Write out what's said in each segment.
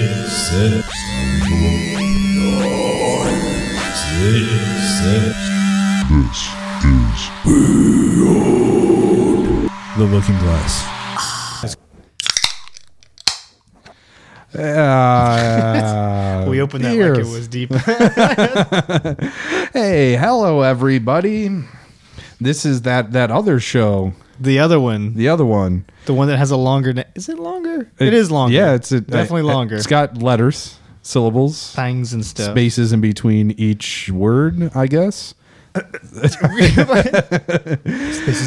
six, six, six. This is The Looking Glass. Uh, We opened that like ears. it was deep. Hey, hello everybody. This is that that other show, the other one, the other one. the one that has a longer name. Is it longer? it is longer. Yeah, it's a, definitely I- I- longer. It's got letters, syllables, Things and stuff. spaces in between each word, I guess. Spaces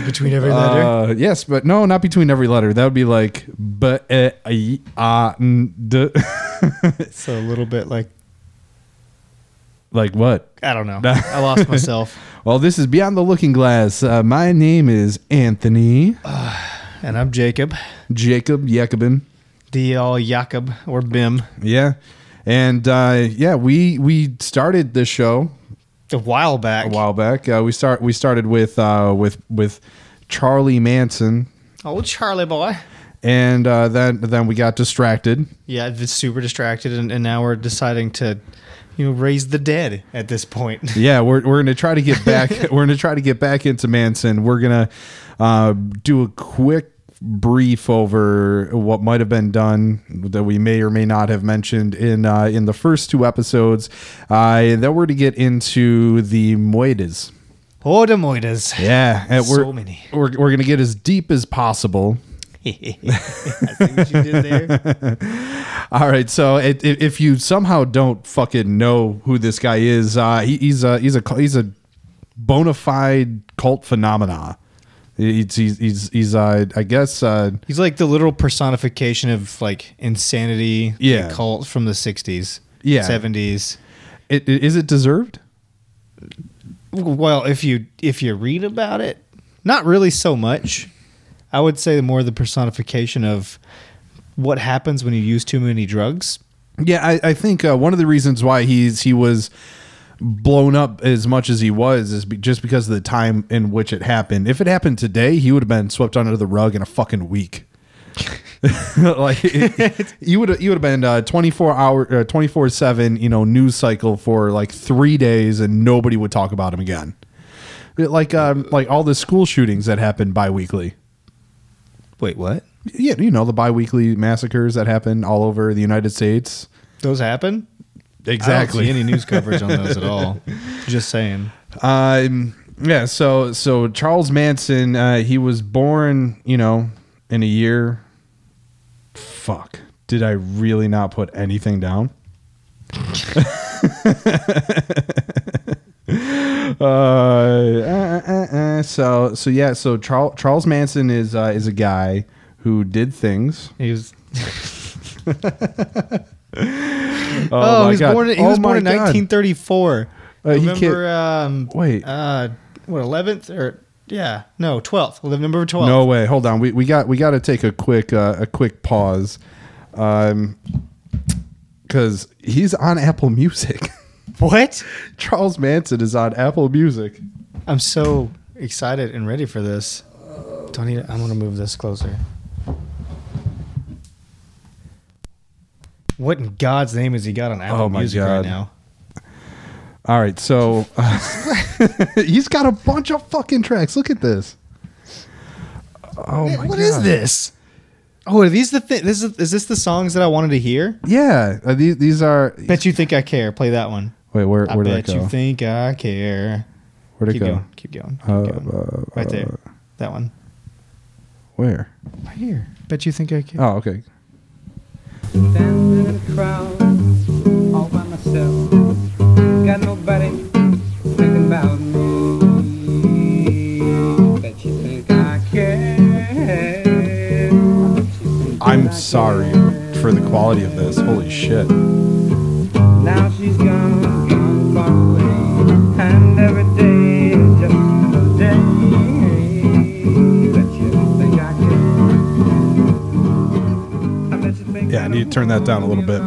between every letter. Uh, yes, but no, not between every letter. That would be like b eh, ay, ah, n, d. it's a little bit like like what? I don't know. I lost myself, Well, this is Beyond the Looking Glass. Uh, my name is Anthony and I'm Jacob, Jacob Jacobin. the all Jacob or Bim. Yeah. And uh, yeah, we we started this show A while back. a while back. Uh, we start we started with uh, with with Charlie Manson, Oh, Charlie boy. and uh, then then we got distracted. Yeah, I've been super distracted, and, and now we're deciding to, you know, raise the dead at this point. Yeah, we're we're gonna try to get back. we're gonna try to get back into Manson. We're gonna uh, do a quick brief over what might have been done that we may or may not have mentioned in uh, in the first two episodes. Uh, then we're to get into the Moides. Oh, the moidas. Yeah, and So we're, many. We're, we're gonna get as deep as possible. I see what you did there. All right, so it, i if you somehow don't fucking know who this guy is, uh, he, he's a he's a cu- he's a bona fide cult phenomena. He's he's he's, he's uh, I guess uh, He's like the literal personification of like insanity, Yeah. the cult from the '60s, Yeah. '70s. it, it, is it deserved? Well, if you if you read about it, not really so much. I would say more the personification of what happens when you use too many drugs. Yeah, I, I think uh, one of the reasons why he's he was blown up as much as he was is be, just because of the time in which it happened. If it happened today, he would have been swept under the rug in a fucking week. like it, you would you would have been uh, 24 hour uh, 24/7, you know, news cycle for like 3 days and nobody would talk about him again. It- Like um, like all the school shootings that happened biweekly. Wait, what? Yeah, you know, the biweekly massacres that happen all over the United States. Those happen? I don't see any news coverage on those at all. Just saying. Um, yeah. So so Charles Manson, uh, he was born, you know, in a year. Fuck. Did I really not put anything down? uh, uh, uh, uh, so so yeah. So Charles Charles Manson is uh, is a guy who did things. He was. Oh, my he was God. born. He Oh was born my in God. 1934. Uh, he can't- November. Um, Wait. Uh, what 11th or yeah? No, 12th. November 12th. No way. Hold on. We, we got we got to take a quick uh, a quick pause, um, because he's on Apple Music. What? Charles Manson is on Apple Music. I'm so excited and ready for this. Don't need. I'm gonna move this closer. What in God's name has he got on Apple Oh my Music God. right now? All right, so uh, he's got a bunch of fucking tracks. Look at this. Oh What my is god. this? Oh, are these the thi- this is is this the songs that I wanted to hear? Yeah, uh, these these are. Bet you think I care. Play that one. Wait, where I where did bet that go? you think I care. Where'd it keep go? going. Keep going. Keep Uh, going. uh, right uh, there. That one. Where? Right here. Bet you think I care. Oh, okay. Standing in a crowd all by myself. Got nobody thinking about me. Bet you think I care. I'm sorry for the quality of this. Holy shit. Now she's gone, gone far away. And every day is just another day. Bet you think I care. I bet you think Yeah, I need to turn that down a little bit.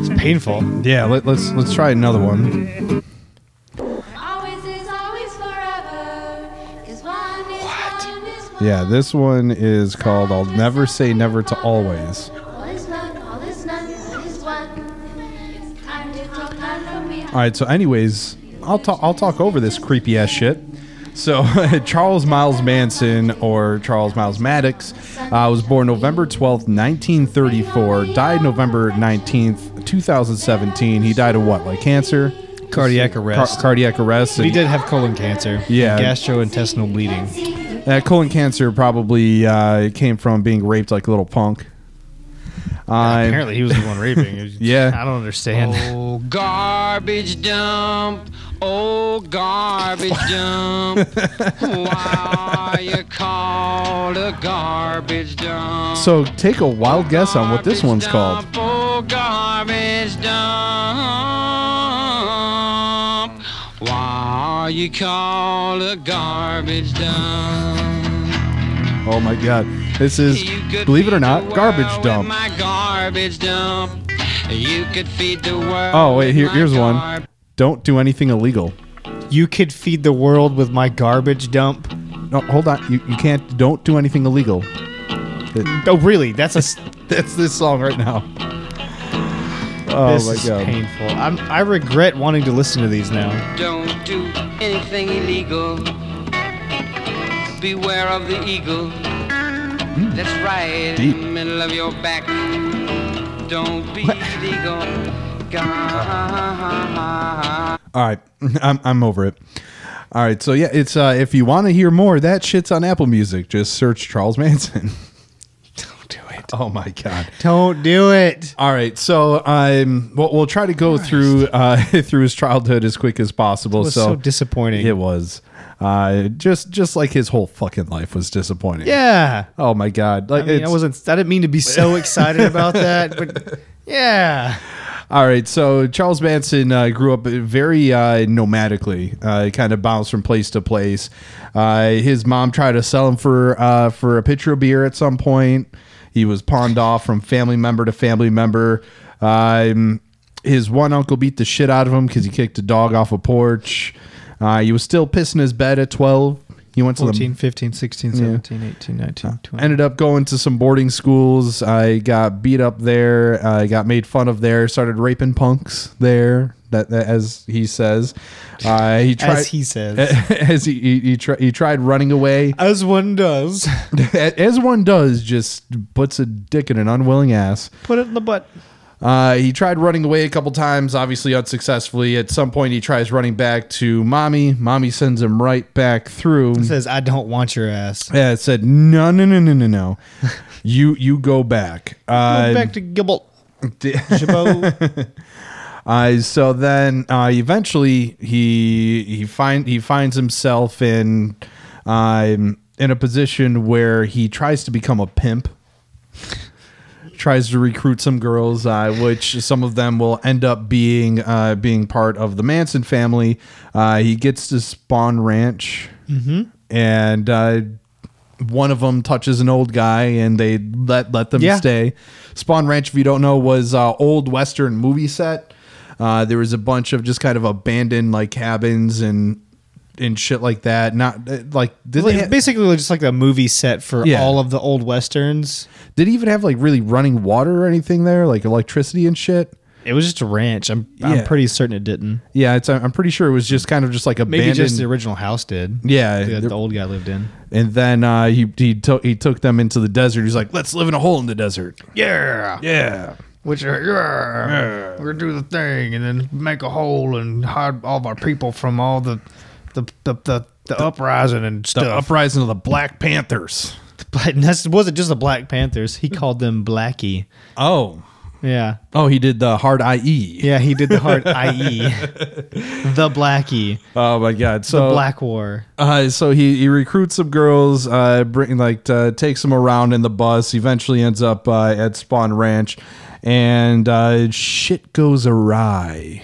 It's painful. Yeah, let, let's let's try another one. Always is always forever. Cause one is one is one. Yeah, this one is called "I'll Never Say Never to Always." All is one, all is none, all is one, All right. So, anyways, I'll talk. I'll talk over this creepy ass shit. So, Charles Miles Manson, or Charles Miles Maddox, uh, was born November twelfth, nineteen thirty-four. Died November nineteenth, two thousand seventeen. He died of what? Like cancer, Cardiac Car- arrest. cardiac arrest. but he and- did have colon cancer. Yeah. Gastrointestinal bleeding. Uh, colon cancer probably uh, came from being raped like a little punk. Uh, Apparently, he was the one raping. It was- Yeah. I don't understand. Oh, garbage dump. Oh, garbage dump. Why you called a garbage dump? So take a wild guess on what this Garbage one's called. dump, Oh, garbage dump. Why you called a garbage dump? Oh my god. This is, You could believe it or feed the not, world garbage with dump. My garbage dump. You could feed the world. Oh, wait, with here- my here's one. garb- Don't do anything illegal. You could feed the world with my garbage dump. No, hold on. You, you can't. Don't do anything illegal. Oh, really? That's a. s- That's this song right now. Oh this my is god. painful. I'm, I regret wanting to listen to these now. Don't do anything illegal. Beware of the eagle. That's right Deep. in the middle of your back. Don't be illegal. Gar- All right, I'm I'm over it. All right, so yeah, it's uh, if you want to hear more, that shit's on Apple Music. Just search Charles Manson. Don't do it. Oh my god. Don't do it. All right, so um, we'll, we'll try to go through uh, through his childhood as quick as possible. It was so, so, disappointing. It was uh, just just like his whole fucking life was disappointing. yeah. Oh my god. Like I mean, I it's- wasn't. I didn't mean to be so excited about that, but yeah. All right, so Charles Manson uh, grew up very uh, nomadically, uh, kind of bounced from place to place. Uh, his mom tried to sell him for uh, for a pitcher of beer at some point. He was pawned off from family member to family member. Um, his one uncle beat the shit out of him because he kicked a dog off a porch. Uh, he was still pissing his bed at twelve. He went to the 14, 15, 16, 17, 18, 19, 20. ended up going to some boarding schools. I got beat up there. I got made fun of there. Started raping punks there. That, that as he says, uh, he tried. As he says. as he he, he, tri- he tried running away, As one does. as one does, just puts a dick in an unwilling ass. Put it in the butt. Uh, he tried running away a couple times, obviously unsuccessfully. At some point, he tries running back to mommy. Mommy sends him right back through. Says, I don't want your ass. Yeah, it said no, no, no, no, no, no. you you go back. Uh, Go back to Gibble. d- Chabot. Uh, so then, uh, eventually, he he find he finds himself in um, in a position where he tries to become a pimp. tries to recruit some girls, uh, which some of them will end up being uh, being part of the Manson family. Uh, he gets to Spawn Ranch, and uh, one of them touches an old guy, and they let let them Yeah. stay. Spawn Ranch, if you don't know, was uh, old Western movie set. Uh, there was a bunch of just kind of abandoned like cabins and and shit like that. Not uh, like did they It's ha- basically just like a movie set for Yeah. all of the old westerns. did he even have like really running water or anything there, like electricity and shit. It was just a ranch. I'm, Yeah. I'm pretty certain it didn't. Yeah, it's I'm pretty sure it was just kind of just like Maybe abandoned. just the original house did. yeah, That the old guy lived in. and then uh, he he took he took them into the desert. He's like, let's live in a hole in the desert. Yeah. Yeah, Which are, yeah, we're gonna do the thing and then make a hole and hide all of our people from all the the the, the, the uprising and the stuff. uprising of the Black Panthers. but that's, was it just the Black Panthers? He called them Blackie. Oh, Yeah. oh, he did the hard E. IE. Yeah, he did the hard E. IE. The Blackie. Oh my God. So the Black War. Uh, so he, he recruits some girls, uh, bring like uh, takes them around in the bus. Eventually ends up uh, at Spawn Ranch, and uh, shit goes awry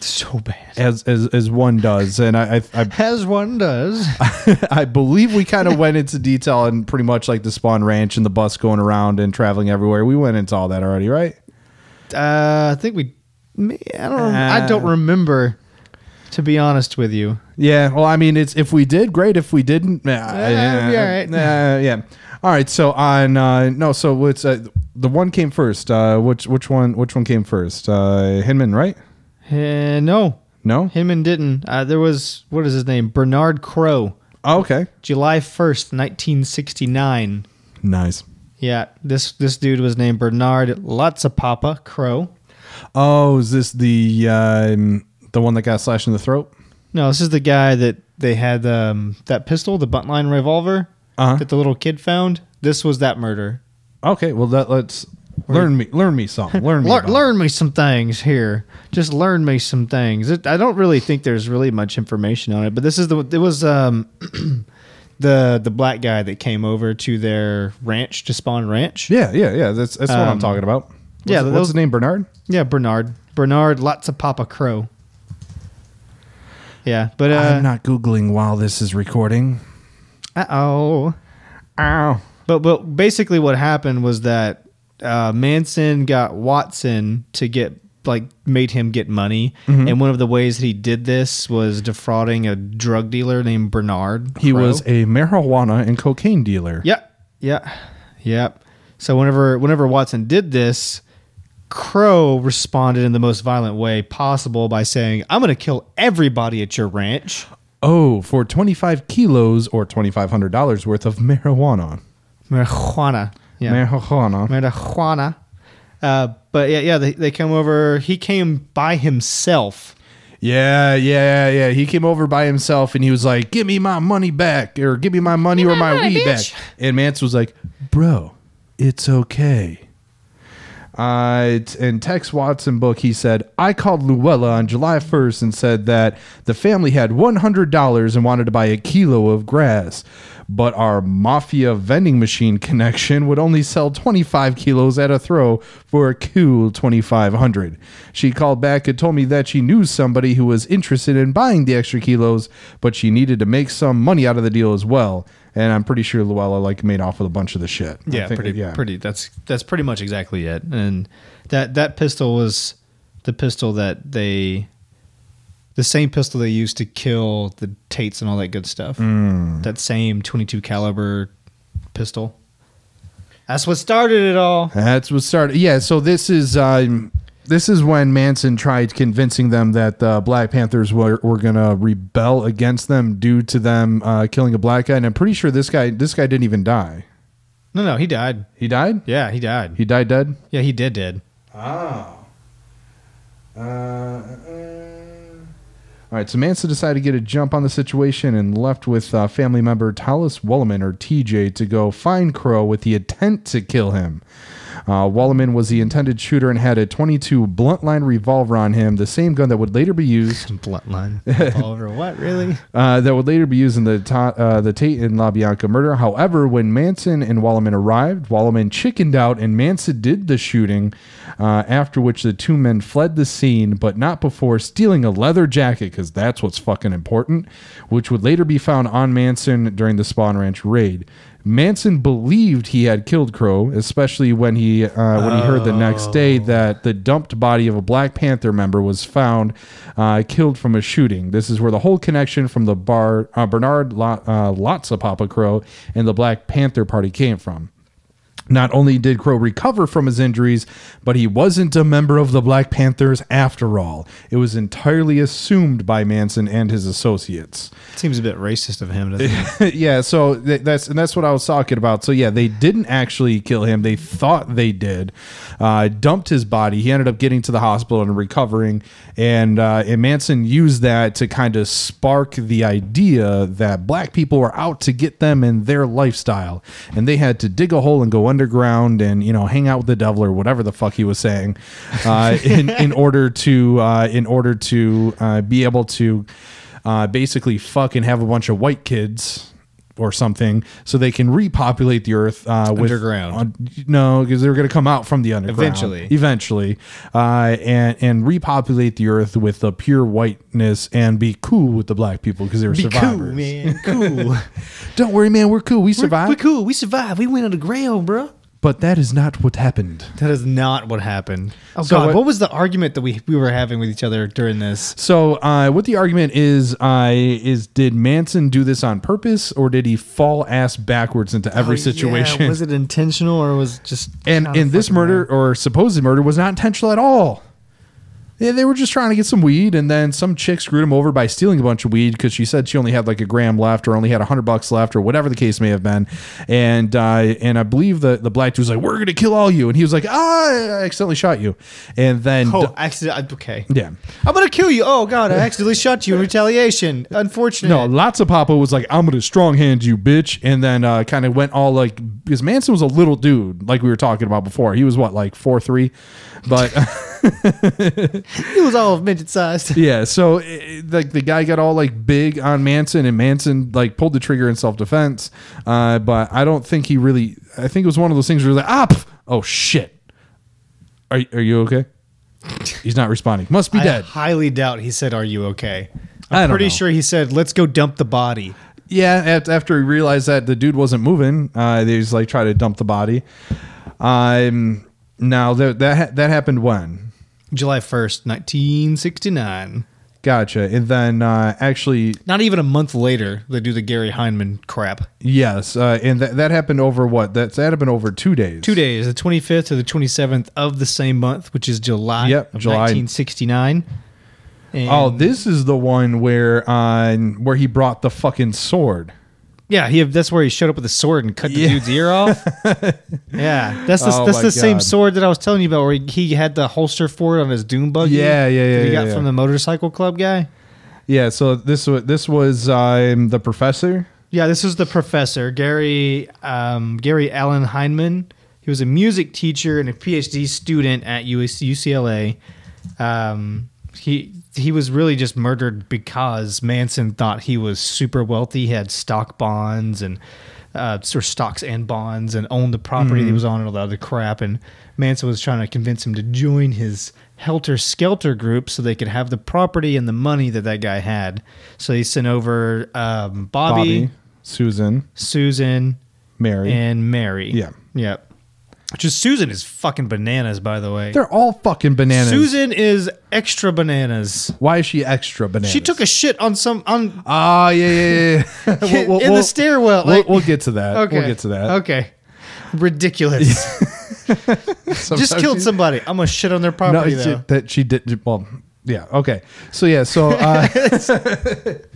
So bad. as as, as one does. And I I, I As one does. I believe we kind of went into detail on pretty much like the Spawn Ranch and the bus going around and traveling everywhere. We went into all that already, right? Uh, I think we. me- I don't. rem- I don't Uh. remember. To be honest with you, Yeah. Well, I mean, it's if we did, great. If we didn't, nah, it'll be all right. nah, yeah. All right. So on uh, no. So what's uh, the one came first? Uh, which which one? Which one came first? Uh, Hinman, right? Eh, no, No. Hinman didn't. Uh, there was what is his name? Bernard Crowe, Oh, okay. July first, nineteen sixty nine. Nice. Yeah, this this dude was named Bernard Latsapapa Crowe. Oh, is this the um, the one that got slashed in the throat? No, this is the guy that they had um, that pistol, the buntline revolver Uh-huh. that the little kid found. This was that murder. Okay. Well, that let's learn me learn me something. Learn me Lear- about it. learn me some things here. Just learn me some things. It, I don't really think there's really much information on it, but this is the it was um the the black guy that came over to their ranch to spawn ranch. Yeah, yeah, yeah. That's that's what I'm Um, talking about. What's, yeah, what's those- his name? Bernard. Yeah, Bernard. Bernard, lots of Papa Crow. Yeah, but uh, not googling while this is recording. uh oh. Ow. But but basically, what happened was that uh, Manson got Watson to get like made him get money, Mm-hmm. and one of the ways that he did this was defrauding a drug dealer named Bernard. He Crowe. was a marijuana and cocaine dealer. Yep. Yep. Yep. So whenever whenever Watson did this, Crow responded in the most violent way possible by saying, "I'm going to kill everybody at your ranch." Oh, for 25 kilos or $2,500 worth of marijuana. Marijuana. Yeah. Marijuana. marijuana. Uh, but yeah, yeah, they, they come over. He came by himself. yeah, yeah, yeah. He came over by himself and he was like, "Give me my money back, or give me my money or my, weed back." And Mance was like, "Bro, it's okay." Uh, it's- in Tex Watson book, he said, "I called Luella on July 1st and said that the family had $100 and wanted to buy a kilo of grass, but our mafia vending machine connection would only sell 25 kilos at a throw for a cool 2,500. She called back and told me that she knew somebody who was interested in buying the extra kilos, but she needed to make some money out of the deal as well." And I'm pretty sure Luella like made off with a bunch of the shit. I Yeah, think- pretty, pretty. That's that's pretty much exactly it. And that that pistol was the pistol that they, the same pistol they used to kill the Tates and all that good stuff. Mm. That same 22 caliber pistol. That's what started it all. That's what started. Yeah, so this is um, this is when Manson tried convincing them that the Black Panthers were, were gonna rebel against them due to them uh, killing a black guy. And I'm pretty sure this guy this guy didn't even die. No, no, he died. He died. Yeah, he died. He died dead. Yeah, he did. Did. All right, so Manson decided to get a jump on the situation and left with uh, family member Talis Walliman, or TJ, to go find Crow with the intent to kill him. Uh, Walliman was the intended shooter and had a 22 blunt line revolver on him, the same gun that would later be used Bloodline. Oliver, what really? uh, that would later be used in the ta- uh, the Tate and LaBianca murder. However, when Manson and Wallaman arrived, Wallaman chickened out and Manson did the shooting, uh, after which the two men fled the scene, but not before stealing a leather jacket, because that's what's fucking important, which would later be found on Manson during the Spawn Ranch raid. Manson believed he had killed Crow, especially when he uh, when he heard the next day that the dumped body of a Black Panther member was found uh, killed from a shooting. This is where the whole connection from the bar uh, Bernard Lot, uh, Lots of Papa Crow and the Black Panther Party came from. Not only did Crow recover from his injuries, but he wasn't a member of the Black Panthers after all. It was entirely assumed by Manson and his associates. Seems a bit racist of him, doesn't it? yeah, so th- that's and that's what I was talking about. So yeah, they didn't actually kill him. They thought they did. Uh, dumped his body. He ended up getting to the hospital and recovering. And uh, and Manson used that to kind of spark the idea that black people were out to get them and their lifestyle, and they had to dig a hole and go underground and you know hang out with the devil or whatever the fuck he was saying, uh, in in order to uh, in order to uh, be able to uh, basically fucking have a bunch of white kids or something so they can repopulate the earth uh, with Underground. on- no because they're going to come out from the underground Eventually. eventually uh, and and repopulate the earth with the pure whiteness and be cool with the black people because they were survivors Cool. don't worry man we're cool we survived we cool. We survived. We went underground, bro. but that is not what happened That is not what happened. Oh So God! what- What, was the argument that we we were having with each other during this? So, uh, what the argument is, uh, is did Manson do this on purpose, or did he fall ass backwards into every situation? Oh, was it intentional or was just and and this murder or supposed murder was not intentional at all. Yeah, they were just trying to get some weed, and then some chick screwed him over by stealing a bunch of weed because she said she only had like a gram left, or only had a hundred bucks left, or whatever the case may have been. And uh, and I believe the the black dude was like, "We're gonna kill all you," and he was like, "Ah, I accidentally shot you." And then Oh, accident. Okay. yeah, I'm gonna kill you. Oh God, I accidentally shot you in retaliation. Unfortunate. no, lots of Papa was like, "I'm gonna strong hand you, bitch," and then uh, kind of went all like because Manson was a little dude, like we were talking about before. He was what like four three, but. it was all of midget sized. Yeah, so it- it- like the guy got all like big on Manson, and Manson like pulled the trigger in self defense. Uh, but I don't think he really. I think it was one of those things where he was like, ah, pff, oh shit, are are you okay? He's not responding. Must be I dead. highly doubt he said, "Are you okay?" I I'm don't pretty know. sure he said, "Let's go dump the body." Yeah, af- after he realized that the dude wasn't moving, uh, they just like try to dump the body. Um, now that that ha- that happened when. July 1st, 1969. Gotcha. And then uh, actually, Not even a month later, they do the Gary Hindman crap. yes. Uh, and that that happened over what? That, that happened over two days. Two days, the 25th to the 27th of the same month, which is July Yep, of July. 1969. And- Oh, this is the one where uh, where he brought the fucking sword. yeah, he, that's where he showed up with a sword and cut the Yeah. dude's ear off. yeah, that's the, Oh that's my the same God. sword that I was telling you about, where he, he had the holster for it on his Doom buggy. Yeah, yeah, yeah, That he yeah, got yeah. from the motorcycle club guy. Yeah, so this was this was um, the professor. Yeah, this is the professor Gary um, Gary Allen Heinman. He was a music teacher and a PhD student at US, UCLA. Um, he he was really just murdered because Manson thought he was super wealthy. He had stock bonds and uh, sort of stocks and bonds and owned the property that he was on and all the other crap. And Manson was trying to convince him to join his helter skelter group so they could have the property and the money that that guy had. So he sent over um, Bobby, Bobby, Susan, Susan, Mary. and Mary. Yeah. Yep. Which is Susan is fucking bananas, by the way. They're all fucking bananas. Susan is extra bananas. Why is she extra bananas? She took a shit on some on Ah, yeah, yeah, yeah. yeah. We'll- we'll- in we'll- the stairwell. We'll, like- we'll get to that. We'll get to that. Okay. Ridiculous. Just Sometimes killed she- somebody. I'm gonna shit on their No, property she- though. that she did. Well, yeah. Okay. So yeah. So. Uh,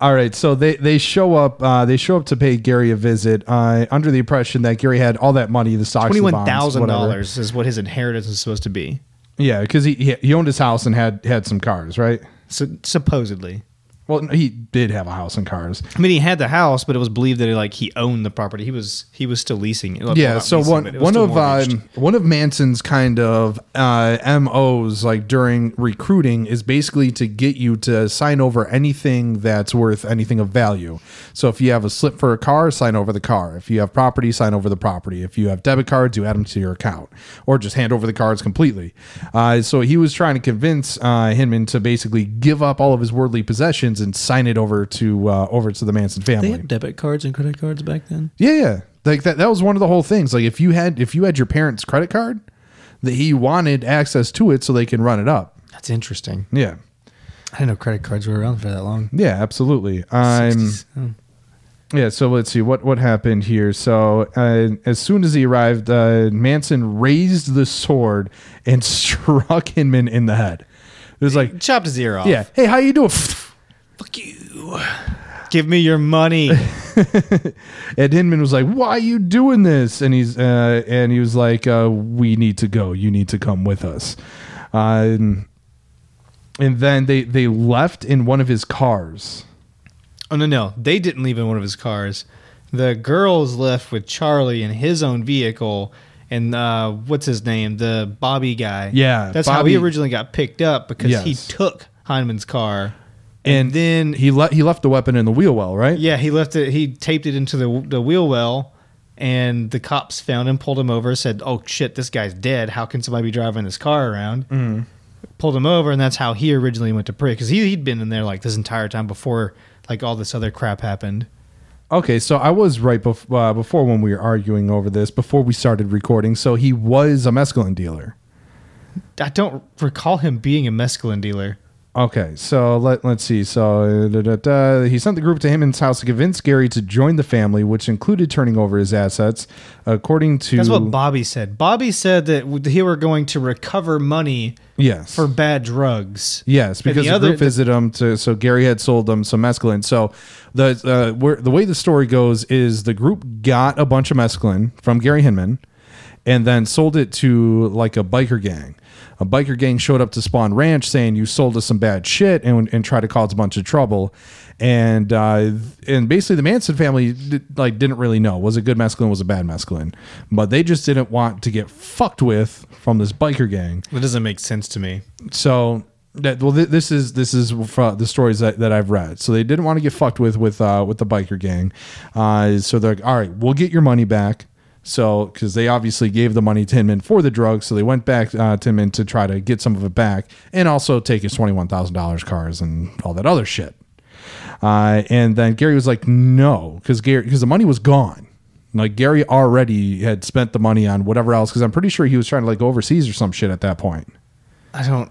All right, so they, they show up. Uh, they show up to pay Gary a visit uh, under the impression that Gary had all that money, the stocks, the bonds, Twenty-one thousand whatever. dollars is what his inheritance is supposed to be. Yeah, because he he- he owned his house and had had some cars, right? So supposedly. Well, no, he did have a house and cars. I mean, he had the house, but it was believed that he, like he owned the property. He was he was still leasing. it. Well, yeah, not so leasing, one but it was one still of mortgaged. um, one of Manson's kind of uh, MOs like during recruiting is basically to get you to sign over anything that's worth anything of value. So if you have a slip for a car, sign over the car. If you have property, sign over the property. If you have debit cards, you add them to your account or just hand over the cards completely. Uh, so he was trying to convince uh, Hinman to basically give up all of his worldly possessions and sign it over to uh, over to the Manson family. They had debit cards and credit cards back then. Yeah, yeah. Like that that was one of the whole things. Like if you had if you had your parents' credit card, that he wanted access to it so they can run it up. That's interesting. Yeah. I didn't know credit cards were around for that long. Yeah, absolutely. Um, yeah, so let's see what what happened here. So uh, as soon as he arrived, uh, Manson raised the sword and struck Hinman in the head. It was like, Chopped his ear off. yeah, hey, how you doing? Fuck you. Give me your money. And Hinman was like, "Why are you doing this?" And he's uh, and he was like, uh, "We need to go. You need to come with us." Uh, and, and then they they left in one of his cars. oh no, no, they didn't leave in one of his cars. The girls left with Charlie in his own vehicle, and uh, what's his name, the Bobby guy. Yeah, that's how he Bobby- originally got picked up because he Yes. took Heinemann's car. And, then- he left he left the weapon in the wheel well, right? Yeah, he left it. He taped it into the the wheel well, and the cops found him, pulled him over, said, "Oh shit, this guy's dead. How can somebody be driving his car around?" Mm-hmm. Mm. Pulled him over, and that's how he originally went to prison because he, he'd been in there like this entire time before like all this other crap happened. Okay, so I was right bef- uh, before when we were arguing over this before we started recording. So he was a mescaline dealer. I don't recall him being a mescaline dealer. Okay, so let let's see. So uh, da, da, da. he sent the group to Hammond's house to convince Gary to join the family, which included turning over his assets, according to That's what Bobby said. Bobby said that w- they were going to recover money yes for bad drugs. Yes, And the because the, other- group visited them to so Gary had sold them some mescaline. So the uh, where, the way the story goes is the group got a bunch of mescaline from Gary Hinman, and then sold it to like a biker gang. A biker gang showed up to Spawn Ranch saying you sold us some bad shit and and tried to cause a bunch of trouble, and uh, and basically the Manson family did, like didn't really know was it good mescaline was it bad mescaline, but they just didn't want to get fucked with from this biker gang That doesn't make sense to me. so that well thi- this is this is fro- the stories that, that I've read. So they didn't want to get fucked with with uh, with the biker gang. Uh, so they're like, all right, we'll get your money back. So because they obviously gave the money to Hinman for the drugs, so they went back uh, to Hinman to try to get some of it back, and also take his twenty one thousand dollars cars and all that other shit. Uh, and then Gary was like, no, because Gary because the money was gone. Like Gary already had spent the money on whatever else, because I'm pretty sure he was trying to like go overseas or some shit at that point. I don't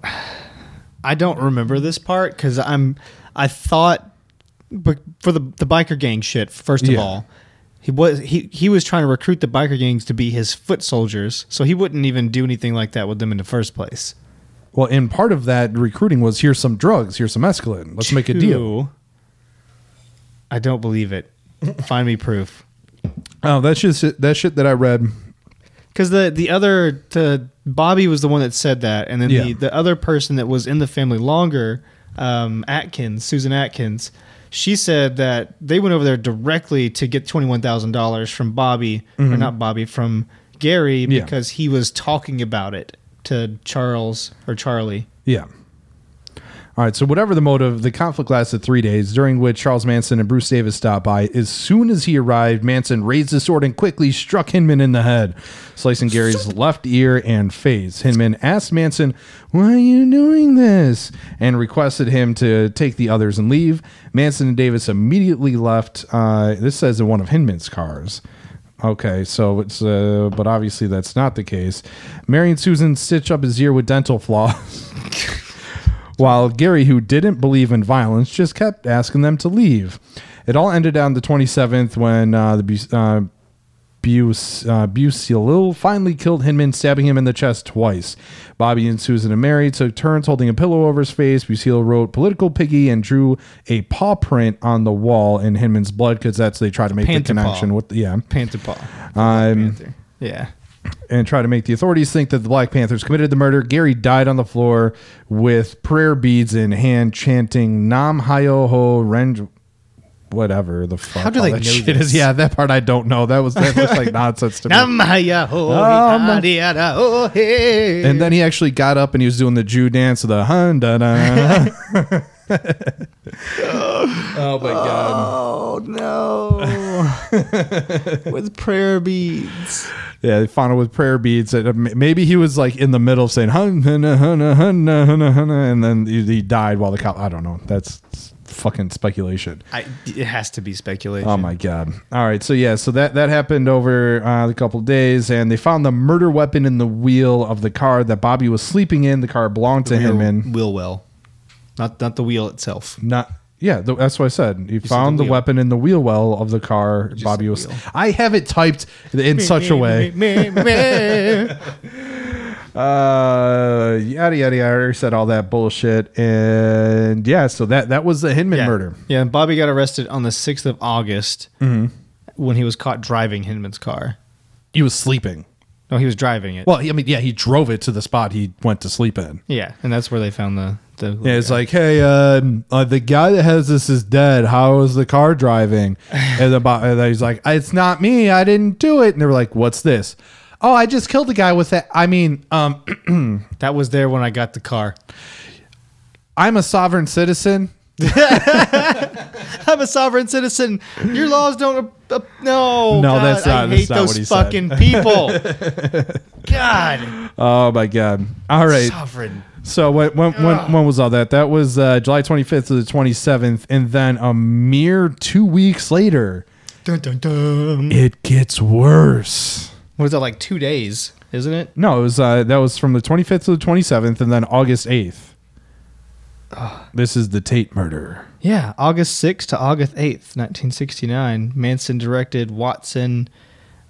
I don't remember this part cuz I'm I thought but for the the biker gang shit first of Yeah. all he was he he was trying to recruit the biker gangs to be his foot soldiers so he wouldn't even do anything like that with them in the first place. Well, and part of that recruiting was here's some drugs, here's some mescaline. Let's make a deal. Two, I don't believe it. Find me proof. Oh, that's just that shit that I read. Because the the other the Bobby was the one that said that, and then the, Yeah. the other person that was in the family longer, um, Atkins, Susan Atkins, she said that they went over there directly to get twenty one thousand dollars from Bobby, or not Bobby, from Gary Mm-hmm. Yeah. because he was talking about it to Charles or Charlie. Yeah. All right, so whatever the motive, the conflict lasted three days, during which Charles Manson and Bruce Davis stopped by. As soon as he arrived, Manson raised his sword and quickly struck Hinman in the head, slicing Gary's left ear and face. Hinman asked Manson, Why are you doing this? and requested him to take the others and leave. Manson and Davis immediately left. Uh, this says in one of Hinman's cars. Okay, so it's uh, but obviously that's not the case. Mary and Susan stitch up his ear with dental floss, while Gary, who didn't believe in violence, just kept asking them to leave. It all ended on the 27th when uh, the Bus- uh, Bus- uh, Busilil finally killed Hinman, stabbing him in the chest twice. Bobby and Susan and Mary took turns holding a pillow over his face. Busilil wrote "political piggy" and drew a paw print on the wall in Hinman's blood because that's they try to make Panther the paw. connection with yeah Panther Paul. um, Panther. Yeah. and try to make the authorities think that the Black Panthers committed the murder. Gary died on the floor with prayer beads in hand, chanting "Nam Hayo Ho Ren." Whatever the fuck. How do all they that know shit this? is. Yeah, that part I don't know. That was that looks like nonsense to me. And And then he actually got up and he was doing the Jew dance of the hun da da. Oh my god. Oh no! With prayer beads. Yeah, they found it with prayer beads. That uh, m- maybe he was like in the middle of saying hun hun hun hun hun hun, and then he, he died while the cop. I don't know. That's fucking speculation. I, it has to be speculation. Oh my god! All right, so yeah, so that that happened over uh, a couple of days, and they found the murder weapon in the wheel of the car that Bobby was sleeping in. The car belonged to him, and wheel well, not not the wheel itself. not yeah, th- that's what I said. He the found the, wheel. weapon in the wheel well of the car. Bobby said was. wheel. I have it typed in such a way. Uh, yada yada yada. I already said all that bullshit, and yeah, so that that was the Hinman yeah. murder. Mm-hmm. Yeah, and Bobby got arrested on the sixth of August when he was caught driving Hinman's car. He was sleeping. No, he was driving it. Well, I mean, yeah, he drove it to the spot he went to sleep in. yeah, and that's where they found the the. Yeah, it's like, hey, um, uh, the guy that has this is dead. How is the car driving? And the bo- and he's like, it's not me. I didn't do it. And they were like, what's this? Oh, I just killed the guy with that. I mean, um, that was there when I got the car. I'm a sovereign citizen. I'm a sovereign citizen. Your laws don't. Uh, no, No, God, that's I not- that's hate not those what he said. fucking people. God, Oh my god! All right. sovereign. So when when, when, when was all that? That was uh, July 25th to the 27th, and then a mere two weeks later, Dun, dun, dun. it gets worse. What is that like? Two days, isn't it? No, it was uh, that was from the 25th to the 27th, and then August 8th. This is the Tate murder. Yeah, August 6th to August 8th, 1969, Manson directed Watson,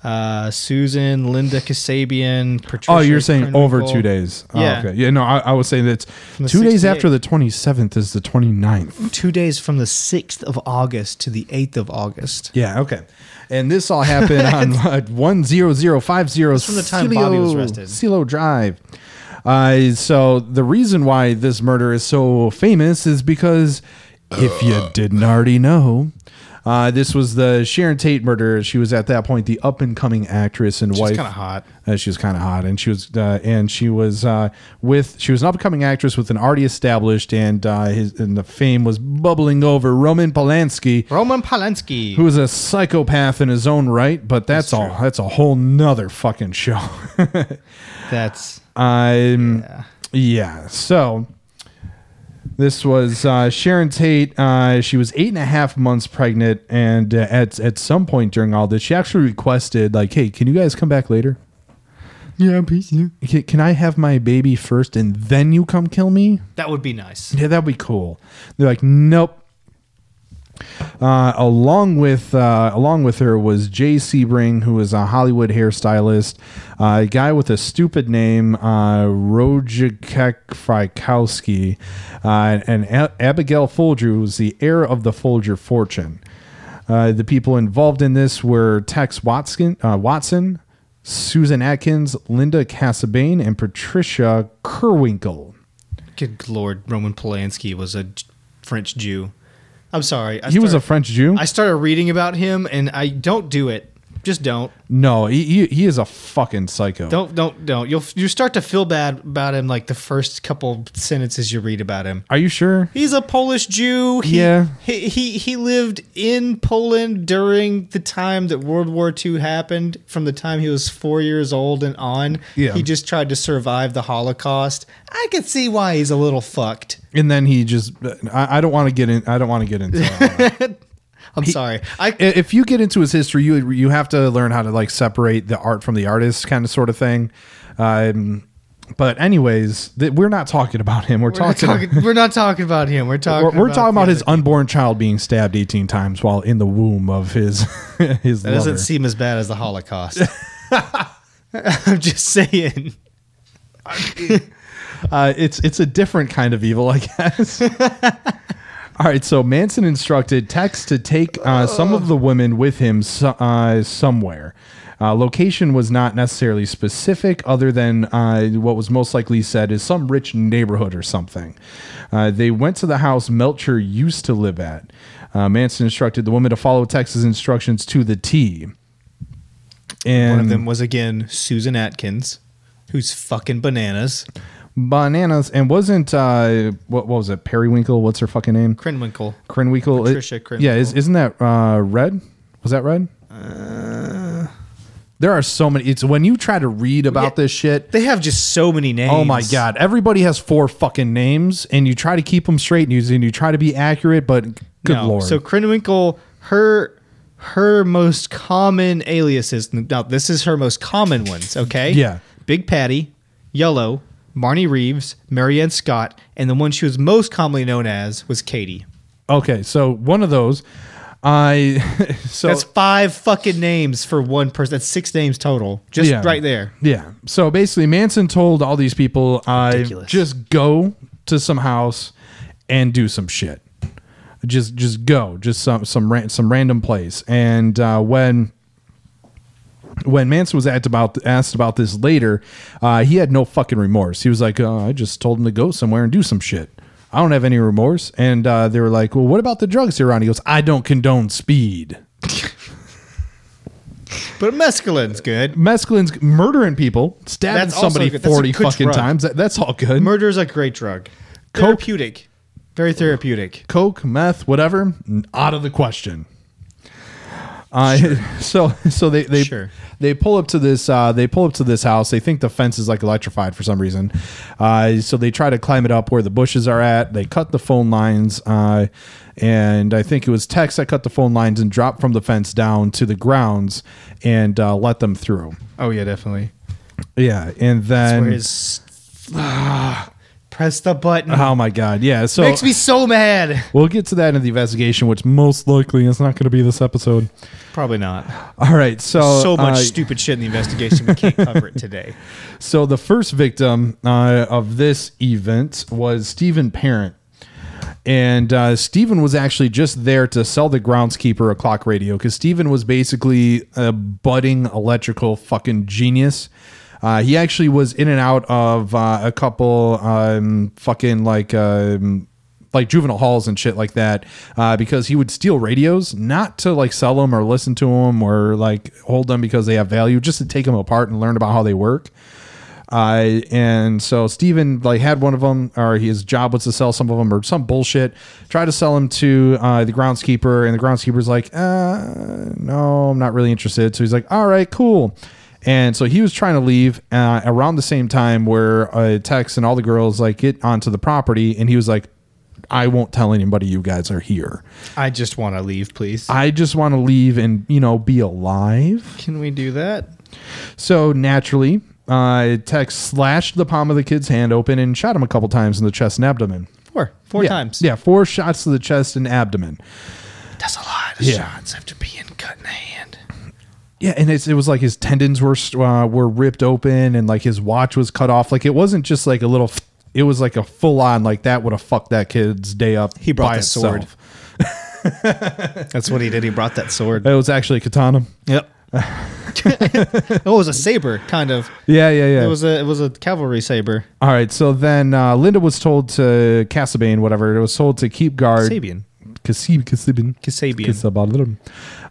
uh, Susan, Linda Kasabian, Patricia. oh, you're saying over Carnival. two days. Oh, Yeah. okay. Yeah, no, I, I was saying that's the two days 68. after the 27th is the 29th. Two days from the 6th of August to the 8th of August. Yeah, okay. And this all happened on uh, 10050 from the time Bobby was arrested. Silo Drive. Uh, so the reason why this murder is so famous is because if you didn't already know, uh, this was the Sharon Tate murder. She was at that point the up and coming actress and wife. She's kind of hot. Uh, she was kind of hot, and she was uh, and she was uh, with she was an up and coming actress with an already established and uh, his and the fame was bubbling over Roman Polanski, Roman Polanski. who is a psychopath in his own right, but that's, all that's a whole nother fucking show. That's um, yeah. yeah. So this was uh, Sharon Tate. Uh, she was eight and a half months pregnant, and uh, at at some point during all this, she actually requested, like, "Hey, can you guys come back later? Yeah, peace. Yeah. Can, can I have my baby first, and then you come kill me? that would be nice. Yeah, that'd be cool." They're like, "Nope." Uh, along with uh, along with her was Jay Sebring, who is a Hollywood hairstylist, uh, a guy with a stupid name, uh, Rojek Frykowski, uh, and a- Abigail Folger, who was the heir of the Folger fortune. Uh, the people involved in this were Tex Watson, uh, Watson, Susan Atkins, Linda Casabane, and Patricia Kerwinkle. Good lord, Roman Polanski was a J- French Jew. I'm sorry. I He was a started- French Jew. I started reading about him, and I don't do it. Just don't. no, he, he he is a fucking psycho. Don't don't don't. You'll you start to feel bad about him like the first couple sentences you read about him. Are you sure? He's a Polish Jew. He, Yeah. He, he he lived in Poland during the time that World War II happened, from the time he was four years old and on. Yeah. He just tried to survive the Holocaust. I could see why he's a little fucked. and then he just I, I don't want to get in I don't want to get into all that. I'm sorry. I I- if you get into his history you you have to learn how to like separate the art from the artist kind of sort of thing um but anyways th- we're not talking about him we're, we're not, talking, talking, we're not talking about him. We're talking. we're, we're talking the about his other- unborn child being stabbed 18 times while in the womb of his his That lover. doesn't seem as bad as the Holocaust. I'm just saying. uh, it's it's a different kind of evil, I guess. All right, so Manson instructed Tex to take uh, some of the women with him so, uh, somewhere. Uh, location was not necessarily specific, other than uh, what was most likely said is some rich neighborhood or something. Uh, they went to the house Melcher used to live at. Uh, Manson instructed the women to follow Tex's instructions to the T. And One of them was again Susan Atkins, who's fucking bananas. bananas and wasn't uh what, what was it periwinkle what's her fucking name Krenwinkel. crinwinkle Patricia It- yeah is, Krenwinkle. isn't that uh red was that red there are so many it's when you try to read Uh, about Yeah. this shit They have just so many names. oh my god everybody has four fucking names and you try to keep them straight and you, and you try to be accurate but good No. lord So Krenwinkel, her her most common aliases. Now this is her most common ones. Okay. Yeah. Big Patty, Yellow, Marnie Reeves, Marianne Scott, and the one she was most commonly known as was Katie. okay so one of those i so That's five fucking names for one person. That's six names total. Just Yeah. right there. Yeah. So basically, Manson told all these people, "I Ridiculous. just go to some house and do some shit. Just just go, just some some ran, some random place." And uh, when when Manson was asked about asked about this later, uh, he had no fucking remorse. He was like, uh, "I just told him to go somewhere and do some shit. I don't have any remorse." And uh, they were like, "Well, what about the drugs they were on?" He goes, "I don't condone speed." But mescaline's good. mescaline's murdering people, stabbing That's also somebody good. That's a forty good fucking drug. times. That, that's all good. Murder is a great drug. Coke- Therapeutic. Very therapeutic. Coke, meth, whatever, n- out of the question. Uh, so so they they Sure. they pull up to this uh, they pull up to this house. They think the fence is like electrified for some reason. Uh, so they try to climb it up where the bushes are at. They cut the phone lines, uh, and I think it was Tex that cut the phone lines and dropped from the fence down to the grounds and uh, let them through. Oh yeah, definitely. Yeah, and then Whereas ah, Press the button. Oh my god, yeah. So Makes me Uh, so mad. we'll get to that in the investigation, which most likely is not going to be this episode. Probably not. All right, so so much uh, stupid shit in the investigation. We can't cover it today. So the first victim uh, of this event was Stephen Parent. And uh, Stephen was actually just there to sell the groundskeeper a clock radio because Stephen was basically a budding electrical fucking genius. Uh, he actually was in and out of uh, a couple um, fucking like um, like juvenile halls and shit like that uh, because he would steal radios not to like sell them or listen to them or like hold them because they have value, just to take them apart and learn about how they work. Uh, and so Steven like had one of them, or his job was to sell some of them, or some bullshit. Try to sell them to uh, the groundskeeper, and the groundskeeper's like, uh, "No, I'm not really interested." So he's like, "All right, cool." And so he was trying to leave uh, around the same time where uh, Tex and all the girls like get onto the property, and he was like, "I won't tell anybody you guys are here. I just want to leave, please. I just want to leave and you know be alive." Can we do that? So naturally, uh, Tex slashed the palm of the kid's hand open and shot him a couple times in the chest and abdomen. Four, four yeah. times. Yeah, four shots to the chest and abdomen. that's a lot of Yeah. shots after being cut in the hand. Yeah, and it's, it was like his tendons were uh, were ripped open and like his watch was cut off. Like it wasn't just like a little. It was like a full on like that would have fucked that kid's day up. He brought by the sword. itself. That's what he did. He brought that sword. It was actually a katana. Yep. oh, it was a saber, kind of. Yeah, yeah, yeah. It was a it was a cavalry saber. All right, so then uh, Linda was told to Casabian, whatever it was told to keep guard. Sabian. Kasib, Kasabian. Kasabian. Kasabian.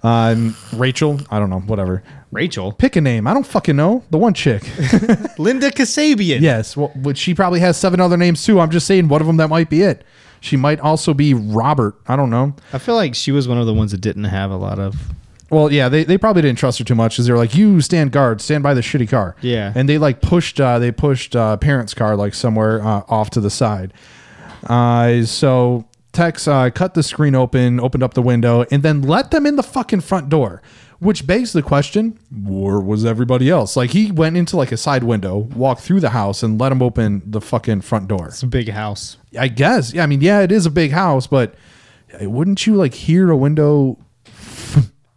Um, Rachel, I don't know, whatever. Rachel. Pick a name. I don't fucking know. The one chick. Linda Kasabian. yes, well, but she probably has seven other names too. I'm just saying one of them that might be it. She might also be Robert. I don't know. I feel like she was one of the ones that didn't have a lot of Well, yeah, they, they probably didn't trust her too much because they were like, "You stand guard, stand by the shitty car." Yeah. and they like pushed uh, they pushed uh, parents' car like somewhere uh, off to the side. Uh, so Tex uh, cut the screen open, opened up the window, and then let them in the fucking front door. Which begs the question: Where was everybody else? Like he went into like a side window, walked through the house, and let them open the fucking front door. some big house. I guess. Yeah, I mean, yeah, it is a big house, but wouldn't you like hear a window?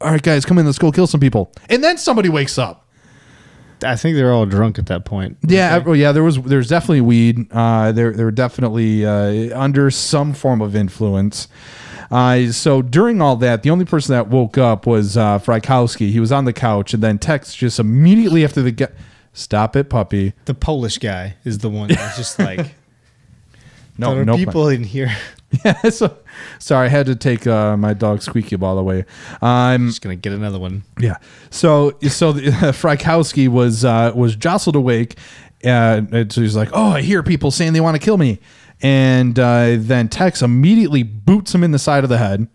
All right, guys, come in. Let's go kill some people. And then somebody wakes up. I think they're all drunk at that point. Yeah, oh yeah. There was there's definitely weed. Uh, there they were definitely uh, under some form of influence. Uh, so during all that, the only person that woke up was uh, Frykowski. He was on the couch, and then Tex just immediately after the get. Stop it, puppy. The Polish guy is the one that's just like No, there are no people in here. Yeah, so, sorry, I had to take uh, my dog Squeaky Ball away. Um, just gonna get another one. yeah. So so the, Frykowski was uh, was jostled awake, uh, and so he's like, "Oh, I hear people saying they want to kill me," and uh, then Tex immediately boots him in the side of the head,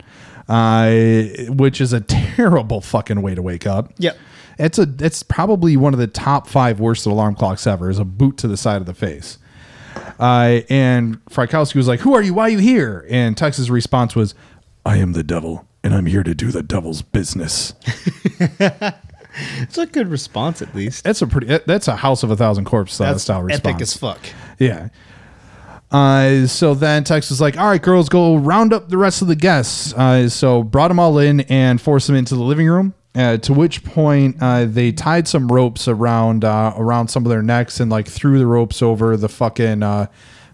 uh, which is a terrible fucking way to wake up. Yep. It's a it's probably one of the top five worst alarm clocks ever. Is a boot to the side of the face. Uh, and Frykowski was like, "Who are you? Why are you here?" And Tex's response was, "I am the devil, and I'm here to do the devil's business." It's a good response at least. That's a pretty. that- That's a House of a Thousand Corpse style, That's style response. epic as fuck. yeah. Uh, so then Tex was like, "All right, girls, go round up the rest of the guests." Uh, so brought them all in and forced them into the living room. Uh, to which point uh, they tied some ropes around uh, around some of their necks and like threw the ropes over the fucking uh,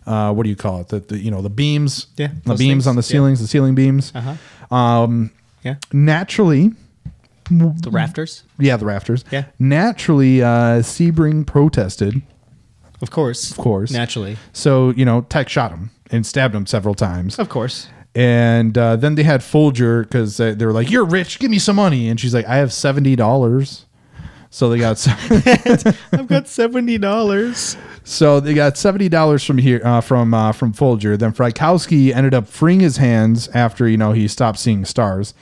uh, what do you call it? The, the you know the beams, Yeah, the those beams things, on the yeah. ceilings, the ceiling beams. Uh-huh. Um, Yeah. naturally, The rafters. yeah, the rafters. Yeah. naturally, uh, Sebring protested. Of course. Of course. Naturally. So, you know, Tech shot him and stabbed him several times. Of course. And uh, then they had Folger because they, they were like, You're rich, give me some money. And she's like, I have $70. So they got I've got seventy dollars. so they got seventy dollars from here uh, from uh, from Folger. Then Frykowski ended up freeing his hands after you know he stopped seeing stars,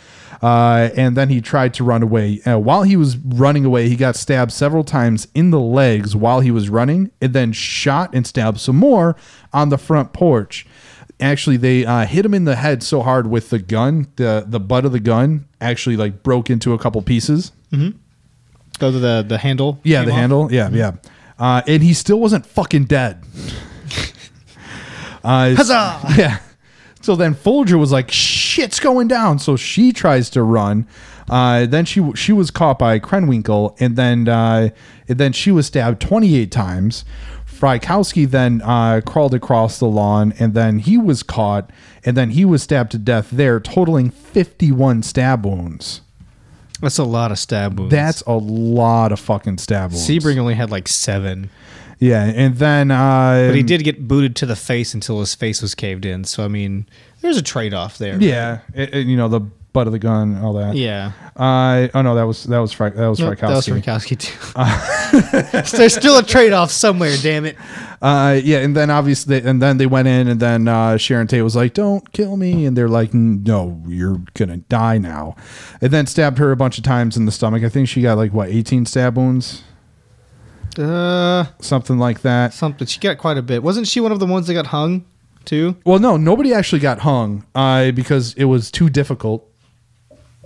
uh, and then he tried to run away. Uh, while he was running away, he got stabbed several times in the legs while he was running, and then shot and stabbed some more on the front porch. Actually, they uh, hit him in the head so hard with the gun, the the butt of the gun actually like broke into a couple pieces the the, the handle. Yeah, came the off. Mm-hmm. handle. Yeah, yeah. Uh, and he still wasn't fucking dead. uh, Huzzah! Yeah. So then Folger was like, "Shit's going down." So she tries to run. Uh, then she she was caught by Krenwinkel, and then uh, and then she was stabbed twenty eight times. Frykowski then uh, crawled across the lawn, and then he was caught, and then he was stabbed to death there, totaling fifty one stab wounds. That's a lot of stab wounds. That's a lot of fucking stab wounds. Sebring only had like seven, Yeah, and then uh, but he did get booted to the face until his face was caved in. So I mean, there's a trade off there. Yeah, it- it- you know the butt of the gun, all that. Yeah. Uh, oh no, that was that was Fry, that was Nope, Frykowski. that was Frykowski too. There's still a trade off somewhere, damn it. uh, yeah, and then obviously, and then they went in, and then uh, Sharon Tate was like, "Don't kill me," and they're like, "No, you're gonna die now," and then stabbed her a bunch of times in the stomach. I think she got like what, eighteen stab wounds, Uh, something like that. something. She got quite a bit. Wasn't she one of the ones that got hung too? Well, no, nobody actually got hung uh, because it was too difficult.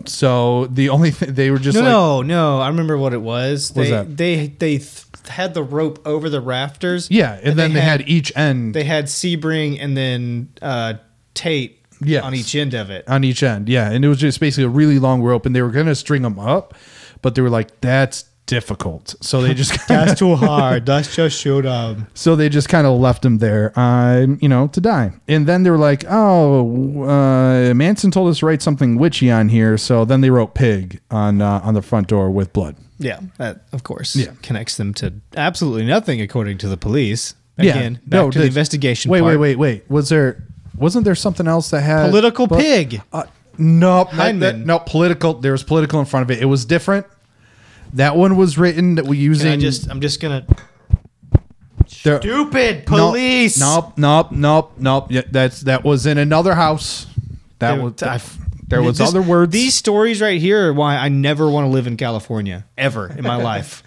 So the only thing they were just No, like, no, no. I remember what it was. What was they that? they they th- had the rope over the rafters. yeah, and, then they had, each end they had Sebring and then uh, Tate Yes. on each end of it. on each end. Yeah, and it was just basically a really long rope, and they were gonna string them up, but they were like, "That's difficult," so they just That's too hard. That's just shoot 'em. so they just kind of left him there, um, you know, to die. And then they were like, "Oh, uh, Manson told us to write something witchy on here," so then they wrote "pig" on uh, on the front door with blood. Yeah, that of course Yeah. connects them to absolutely nothing, according to the police. Again, back no, to the they- investigation. Wait, part. wait, wait, wait. Was there? Wasn't there something else that had Political blood? pig. Uh, no, that, Hyman. that, no, political. There was political in front of it. It was different. That one was written that we Can using. I just, I'm just gonna. There- Stupid Nope, police. Nope, nope, nope, nope. Yeah, that's that was in another house. That Dude, was I- there was This- other words. These stories right here are why I never want to live in California ever in my life.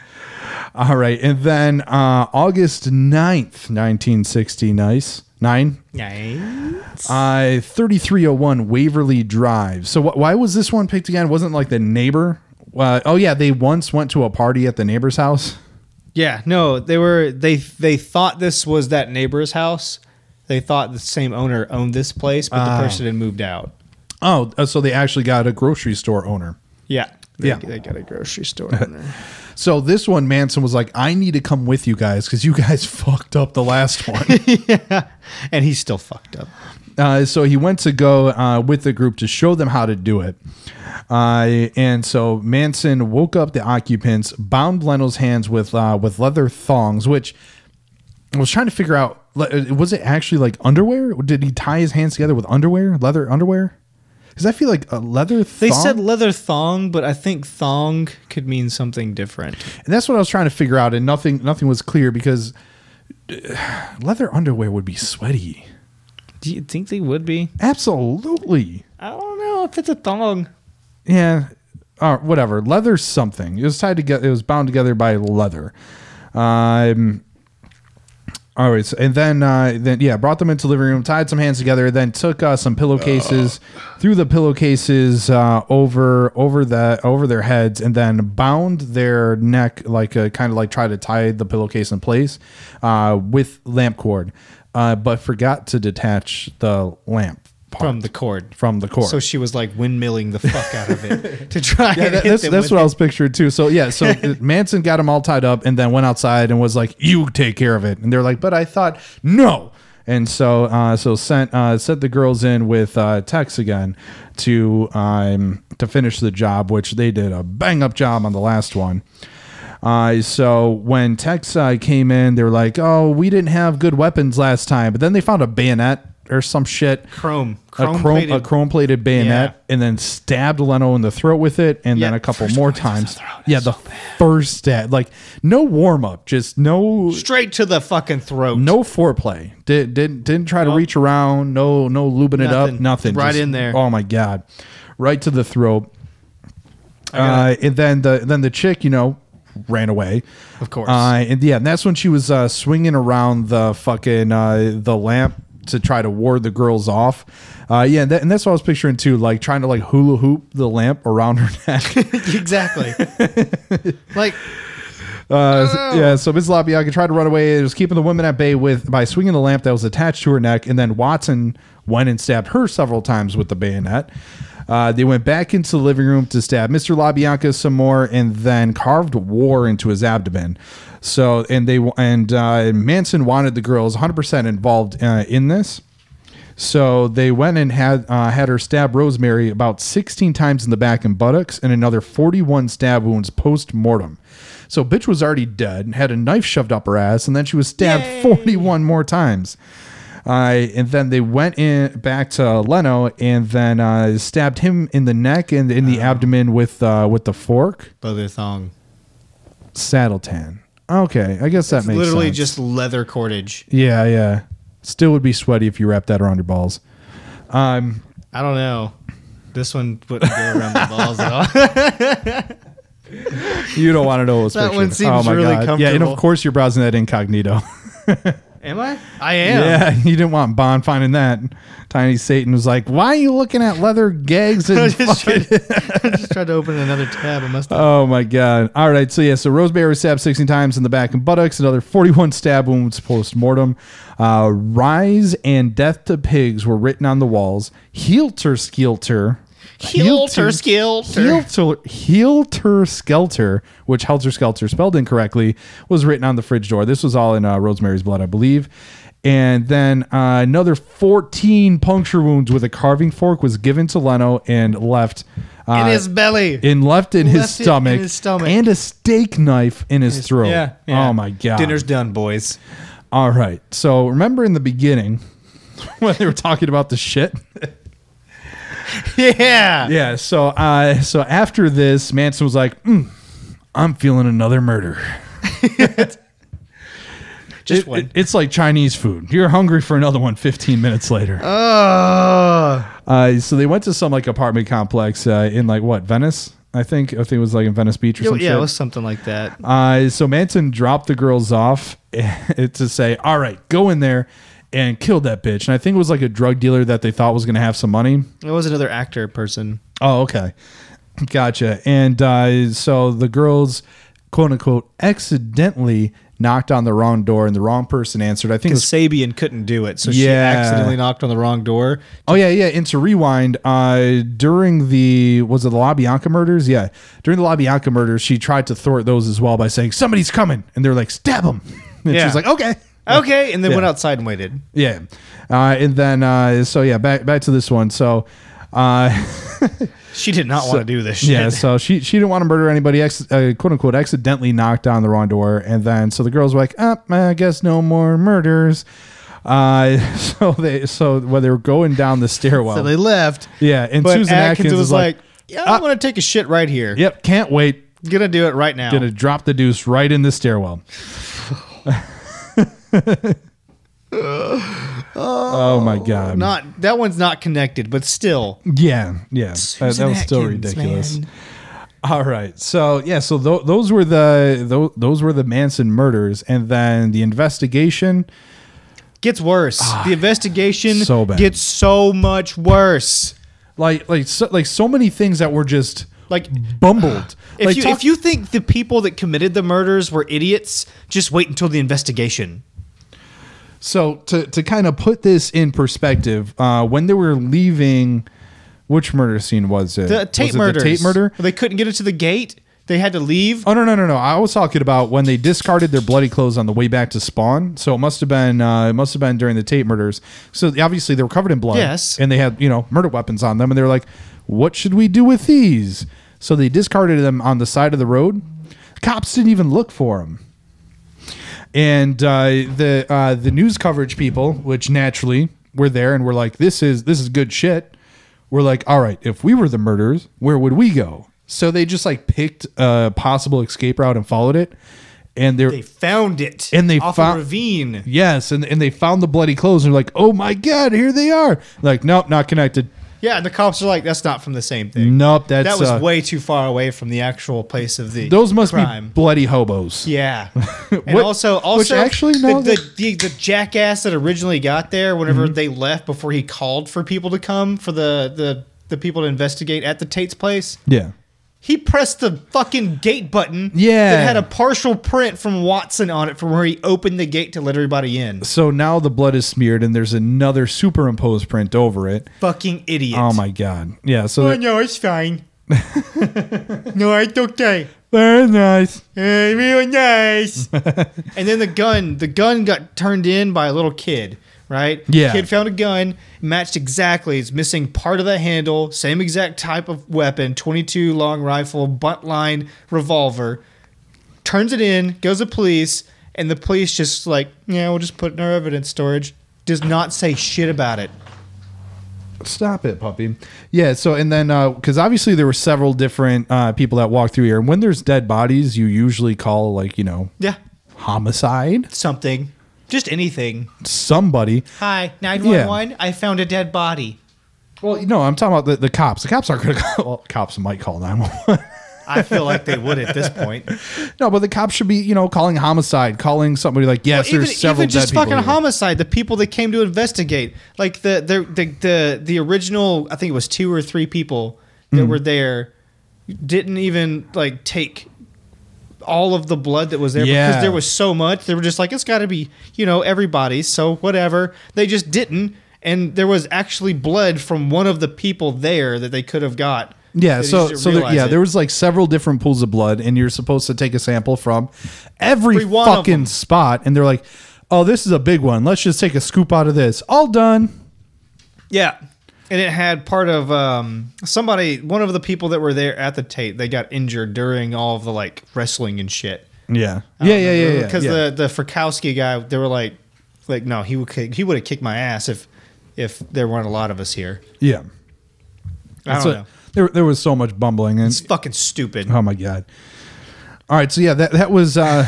All right, and then uh, August 9th, nineteen sixty. Nice nine. I thirty three oh one Waverly Drive. So wh- why was this one picked again? Wasn't like the neighbor? Uh, oh yeah, they once went to a party at the neighbor's house. Yeah, no, they were they they thought this was that neighbor's house. They thought the same owner owned this place, but Ah. the person had moved out. Oh, uh, so they actually got a grocery store owner. Yeah. They, Yeah. they got a grocery store in there. So this one, Manson was like, "I need to come with you guys because you guys fucked up the last one." and he's still fucked up. Uh, so he went to go uh, with the group to show them how to do it. Uh, and so Manson woke up the occupants, bound Leno's hands with uh, with leather thongs, which I was trying to figure out le- uh, was it actually like underwear? Did he tie his hands together with underwear, leather underwear? Because I feel like a leather thong. They said leather thong, but I think thong could mean something different. and that's what I was trying to figure out, and nothing nothing was clear because uh, leather underwear would be sweaty. Do you think they would be? Absolutely. I don't know if it's a thong. yeah, or whatever. Leather something. It was tied together. It was bound together by leather. Um. All right, so, and then uh, then yeah, brought them into the living room, tied some hands together, then took uh, some pillowcases, threw the pillowcases uh, over over the over their heads, and then bound their neck like a kind of like try to tie the pillowcase in place uh, with lamp cord, uh, but forgot to detach the lamp part From the cord. from the cord. So she was like windmilling the fuck out of it to try Yeah, and that, hit that's them that's with what it. I was picturing too. So yeah, so Manson got him all tied up and then went outside and was like, "You take care of it." And they're like, "But I thought no." And so uh, so sent uh, sent the girls in with uh, Tex again to um, to finish the job, which they did a bang up job on the last one. Uh, so when Tex uh, came in, they were like, "Oh, we didn't have good weapons last time," but then they found a bayonet or some shit Chrome. a chrome a plated- chrome plated bayonet Yeah. and then stabbed Leno in the throat with it and Yeah, then a couple first more one was in the times. throat. yeah, It's the first stab, like no warm up, just no Straight to the fucking throat. no foreplay. Did didn't didn't try to reach around. No no lubing it up. Nothing. Nothing. Right in there. Oh my god, right to the throat. gotta- Uh, and then the then the chick, you know, ran away. Of course. Uh, and yeah, and that's when she was uh, swinging around the fucking uh, the lamp to try to ward the girls off. Uh, yeah, and, that, and that's what I was picturing too, like trying to like hula hoop the lamp around her neck. exactly. like Uh, so- yeah, so Ms. LaBianca tried to run away. It was keeping the women at bay with by swinging the lamp that was attached to her neck, and then Watson went and stabbed her several times with the bayonet. Uh, they went back into the living room to stab Mr. LaBianca some more, and then carved war into his abdomen. So, and they and uh, Manson wanted the girls 100% involved uh, in this. So they went and had uh, had her stab Rosemary about 16 times in the back and buttocks, and another 41 stab wounds post mortem. So bitch was already dead and had a knife shoved up her ass, and then she was stabbed 41 more times. Uh, and then they went in back to Leno and then uh, stabbed him in the neck and in the Oh. abdomen with uh, with the fork. leather thong. Saddle tan. Okay, I guess that makes Literally sense. just leather cordage. yeah, yeah. Still would be sweaty if you wrapped that around your balls. I don't know. This one wouldn't go around the balls at all. You don't want to know what was That pictured. Oh one seems really Yeah, and comfortable. of course you're browsing that incognito. Am I? I am. yeah, you didn't want Bond finding that. Tiny Satan was like, "Why are you looking at leather gags?" I And just, tried, I just tried to open another tab. I must have. oh my god! All right, so yeah, so Rosemary was stabbed 16 times in the back and buttocks, another 41 stab wounds post mortem. Uh, Rise and death to pigs were written on the walls. Heelter skelter. Heelter skelter. Heelter, heelter skelter, which helter skelter spelled incorrectly, was written on the fridge door. This was all in uh, Rosemary's blood, I believe. And then uh, another 14 puncture wounds with a carving fork was given to Leno and left. Uh, in his belly. and left in his Left it in stomach, his stomach. and a steak knife in his, throat. yeah, yeah. Oh my god! Dinner's done, boys. All right. So remember in the beginning when they were talking about the shit. Yeah. Yeah. So, uh, so after this, Manson was like, "Mm, "I'm feeling another murder." Just It- one. it- it's like Chinese food. You're hungry for another one. 15 minutes later. Oh. Uh, so they went to some like apartment complex uh, in like what Venice, I think. I think it was like in Venice Beach or yeah, something. it was something like that. Uh, so Manson dropped the girls off to say, "All right, go in there and kill that bitch." And I think it was like a drug dealer that they thought was going to have some money. It was another actor person. Oh, okay. Gotcha. And uh, so the girls, quote unquote, accidentally knocked on the wrong door and the wrong person answered. I think it Because was. Sabian couldn't do it, so she Yeah. accidentally knocked on the wrong door. Oh, yeah, yeah. And to rewind, uh, during the, was it the La Bianca murders? Yeah. During the La Bianca murders, she tried to thwart those as well by saying, somebody's coming. And they're like, stab him. And Yeah. she's like, okay. Okay, and then went Yeah. outside and waited. Yeah. Uh, and then, uh, so yeah, back, back to this one. So, uh, She did not want to do this shit. Yeah, so she she didn't want to murder anybody. Ex, uh, quote unquote, accidentally knocked on the wrong door, and then so the girls were like, "Up, I guess no more murders." Uh, so they so when they were going down the stairwell, So they left. yeah, and But Susan Atkins, was like, "Uh, "Yeah, I want to take a shit right here. "Yep, can't wait, Gonna do it right now." gonna drop the deuce right in the stairwell." oh, my god! Not that one's not connected, but still, yeah, yeah, that, that Susan was still Atkins, ridiculous. man. All right. So yeah. So th- those were the tho- those were the Manson murders, and then the investigation. gets worse. the investigation Ah, so bad. gets so much worse. Like like so, like so many things that were just Like bumbled. if Like, you talk- if you think the people that committed the murders were idiots, just wait until the investigation. so to to kind of put this in perspective, uh, when they were leaving, which murder scene was it? The Tate was it murder. The Tate murder. They couldn't get it to the gate. They had to leave. Oh no no no no! I was talking about when they discarded their bloody clothes on the way back to Spawn. So it must have been uh, it must have been during the Tate murders. So obviously they were covered in blood. Yes. and they had you know murder weapons on them, and they were like, "What should we do with these?" So they discarded them on the side of the road. Cops didn't even look for them. And uh, the uh, the news coverage people, which naturally were there, and were like, "This is this is good shit." We're like, "All right, if we were the murderers, where would we go?" So they just like picked a possible escape route and followed it. And they're They found it. And they off found- a ravine. yes, and and they found the bloody clothes. And they're like, "Oh my god, here they are!" Like, nope, not connected. Yeah, and the cops are like, that's not from the same thing. Nope, that's that was uh, way too far away from the actual place of the Those must crime. be bloody hobos. Yeah, and What- also which also actually, no, the, that- Mm-hmm. the, the the jackass that originally got there, whenever they left before he called for people to come for the the the people to investigate at the Tate's place, Yeah. he pressed the fucking gate button. Yeah. that had a partial print from Watson on it from where he opened the gate to let everybody in. So now the blood is smeared, and there's another superimposed print over it. Fucking idiot. Oh my god! Yeah. So Oh that- no, it's fine. no, it's okay. very nice. Hey, real nice. and then the gun, the gun got turned in by a little kid, right? Yeah. Kid found a gun, matched exactly. It's missing part of the handle, same exact type of weapon, 22 long rifle, butt line revolver. Turns it in, goes to police, and the police just like, yeah, we'll just put it in our evidence storage. Does not say shit about it. Stop it, puppy. Yeah. So and then because obviously there were several different uh, people that walked through here, and when there's dead bodies, you usually call like you know Yeah. homicide Something. Just anything. somebody. Hi, 911. I found a dead body. Well, you know, I'm talking about the, the cops. The cops aren't going to call. Well, cops might call 911. I feel like they would at this point. no, but the cops should be, you know, calling homicide, calling somebody like, yes, even, there's several even dead just people fucking here. homicide the people that came to investigate like the the the the, the original i think it was two or three people Hmm. that were there didn't even like take all of the blood that was there Yeah. because there was so much they were just like it's got to be you know everybody so whatever they just didn't and there was actually blood from one of the people there that they could have got Yeah, They just so didn't so there, realize yeah, it. there was like several different pools of blood, and you're supposed to take a sample from every Every one of fucking them. spot. And they're like, "Oh, this is a big one. Let's just take a scoop out of this. All done." Yeah. And it had part of um, somebody, one of the people that were there at the Tate, they got injured during all of the like wrestling and shit. Yeah, yeah, yeah, yeah, yeah. Because yeah. the the Frykowski guy, they were like, like no, he would kick- he would have kicked my ass if if there weren't a lot of us here. yeah, I That's don't what- know. There, there was so much bumbling, and It's fucking stupid. oh my god. All right, so yeah, that that was. Uh,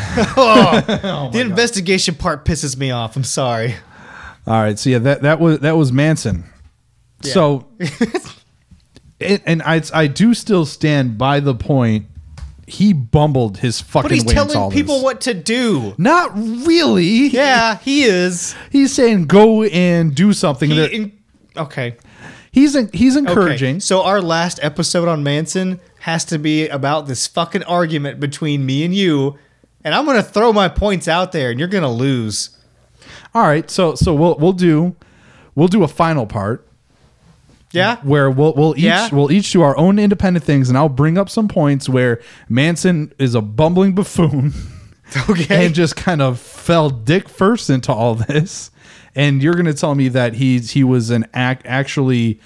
the investigation part pisses me off. I'm sorry. All right, so yeah, that that was that was Manson. So, and, and I I do still stand by the point he bumbled his fucking. But he's way into all telling people this. what to do. Not really. Yeah, he is. he's saying go and do something. He There- in- okay. he's en- he's Okay, encouraging. So our last episode on Manson has to be about this fucking argument between me and you, and I'm gonna throw my points out there, and you're gonna lose. All right, so so we'll we'll do we'll do a final part Yeah. where we'll we'll each Yeah. we'll each do our own independent things, and I'll bring up some points where Manson is a bumbling buffoon. Okay. and just kind of fell dick first into all this. And you're going to tell me that he's he was an act actually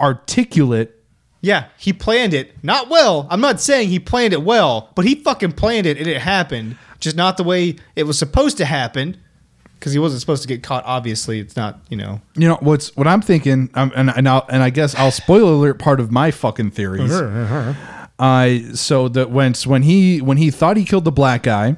articulate. yeah, he planned it not well. I'm not saying he planned it well, but he fucking planned it, and it happened, just not the way it was supposed to happen, because he wasn't supposed to get caught. Obviously, it's not. You know. You know what's what I'm thinking, um, and and I'll, and I guess I'll spoiler alert part of my fucking theories. uh, so that when when he when he thought he killed the black guy,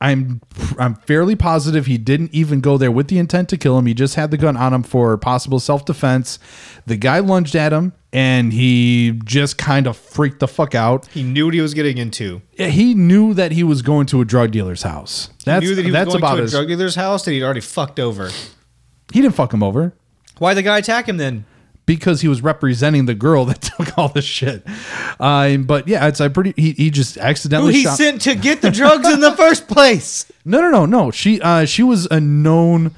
I'm I'm fairly positive he didn't even go there with the intent to kill him. He just had the gun on him for possible self defense. The guy lunged at him, and he just kind of freaked the fuck out. He knew what he was getting into. he knew that he was going to a drug dealer's house. That's he knew that he was that's going about to a as- drug dealer's house that he'd already fucked over. He didn't fuck him over Why the guy attack him then? because he was representing the girl that took all this shit. Um, but yeah, it's I pretty. He, he just who accidentally he shot. sent to get the drugs in the first place. no, no, no, no. She uh, she was a known.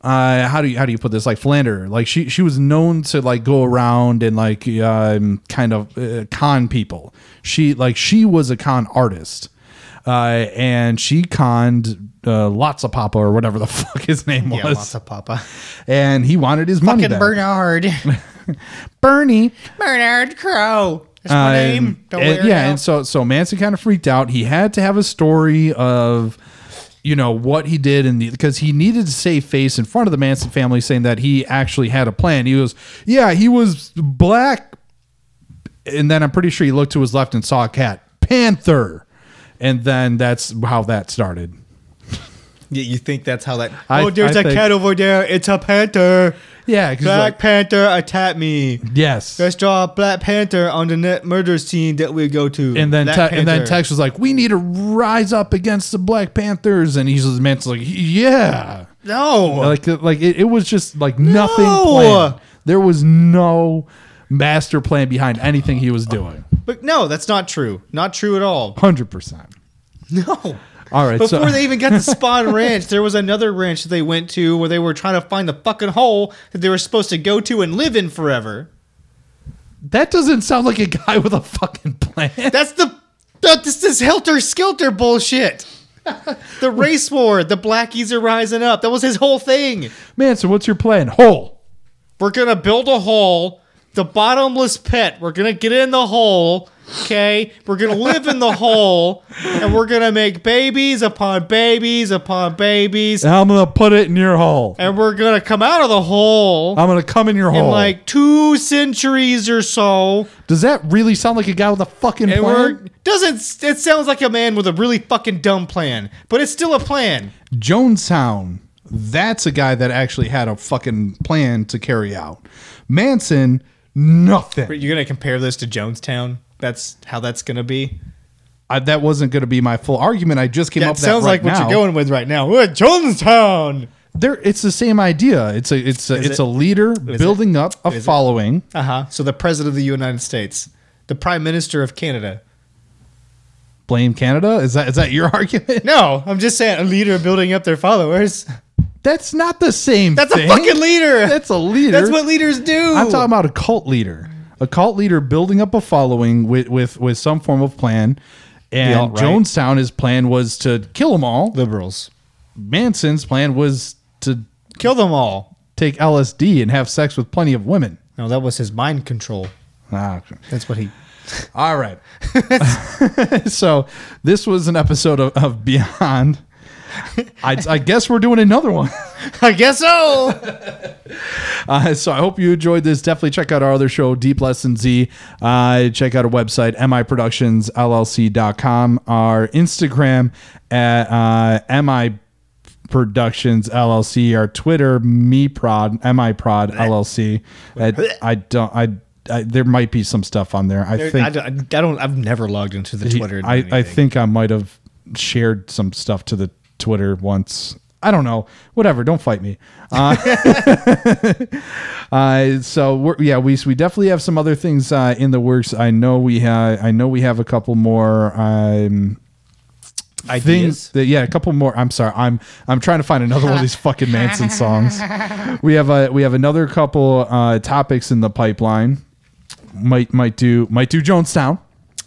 Uh, how do you how do you put this like philanderer like she she was known to like go around and like um, kind of uh, con people she like she was a con artist uh, and she conned uh, lots of papa or whatever the fuck his name was Yeah, lots of papa. and he wanted his money Fucking back. Bernard. Bernie. Bernard Crow. That's Um, my name. Don't and- wear yeah, it and out. so so Manson kind of freaked out. He had to have a story of you know what he did and because he needed to save face in front of the Manson family saying that he actually had a plan. He was yeah, he was black and then I'm pretty sure he looked to his left and saw a cat. Panther. And then that's how that started. Yeah, you think that's how that? I- oh, there's I a think- cat over there. It's a panther. Yeah, 'cause Black like- Panther attack me. yes. Let's draw a Black Panther on the net murder scene that we go to. And then Black Te- and then Panther. Tex was like, "We need to rise up against the Black Panthers," and he's Mance's like, "Yeah." No. like like it, it was just like nothing No! planned. There was no master plan behind anything he was doing. but no, that's not true. Not true at all. Hundred percent. No. All right, so- Before they even got to Spawn Ranch, there was another ranch that they went to where they were trying to find the fucking hole that they were supposed to go to and live in forever. That doesn't sound like a guy with a fucking plan. That's the. the this is helter skelter bullshit. The race war, the blackies are rising up. That was his whole thing. Manson, what's your plan? Hole. We're gonna build a hole, the bottomless pit. We're gonna get in the hole, okay? We're gonna live in the hole, and we're gonna make babies upon babies upon babies, And I'm gonna put it in your hole. and we're gonna come out of the hole I'm gonna come in your in hole. like two centuries or so. does that really sound like a guy with a fucking And we're plan? doesn't it sounds like a man with a really fucking dumb plan, but it's still a plan. Jonestown. That's a guy that actually had a fucking plan to carry out. Manson, nothing. You're gonna compare this to Jonestown? That's how that's gonna be. I, that wasn't going to be my full argument. I just came That up. with sounds that like right what now. you're going with right now. We're at Jonestown. There, it's the same idea. It's a, it's a, it's it? a leader building up a Is it? following. Uh huh. So the president of the United States, the prime minister of Canada. Blame Canada. Is that is that your argument? No, I'm just saying a leader building up their followers. That's not the same. That's thing. a fucking leader. That's a leader. That's what leaders do. I'm talking about a cult leader. A cult leader building up a following with with, with some form of plan. And alt-right. Jonestown, his plan was to kill them all. liberals. Manson's plan was to Kill them all. take LSD and have sex with plenty of women. No, that was his mind control. Ah, okay. That's what he. All right. so this was an episode of, of Beyond. I, I guess we're doing another one. I guess so. Uh, so I hope you enjoyed this. Definitely check out our other show, Deep Lesson Z. Uh, check out our website, miproductionsllc.com, our Instagram at uh, mi productions llc our twitter me prod mi prod llc I, I don't I, I there might be some stuff on there i I, think don't- I don't. I've never logged into the He- Twitter. and I, I anything. think I might have shared some stuff to the Twitter once. I don't know. Whatever. Don't fight me. Uh, uh, so we're, yeah, we we definitely have some other things uh, in the works. I know we have. I know we have a couple more. Um, Ideas? Things that, yeah, a couple more. I'm sorry. I'm I'm trying to find another one of these fucking Manson songs. We have a we have another couple uh, topics in the pipeline. Might might do might do Jonestown.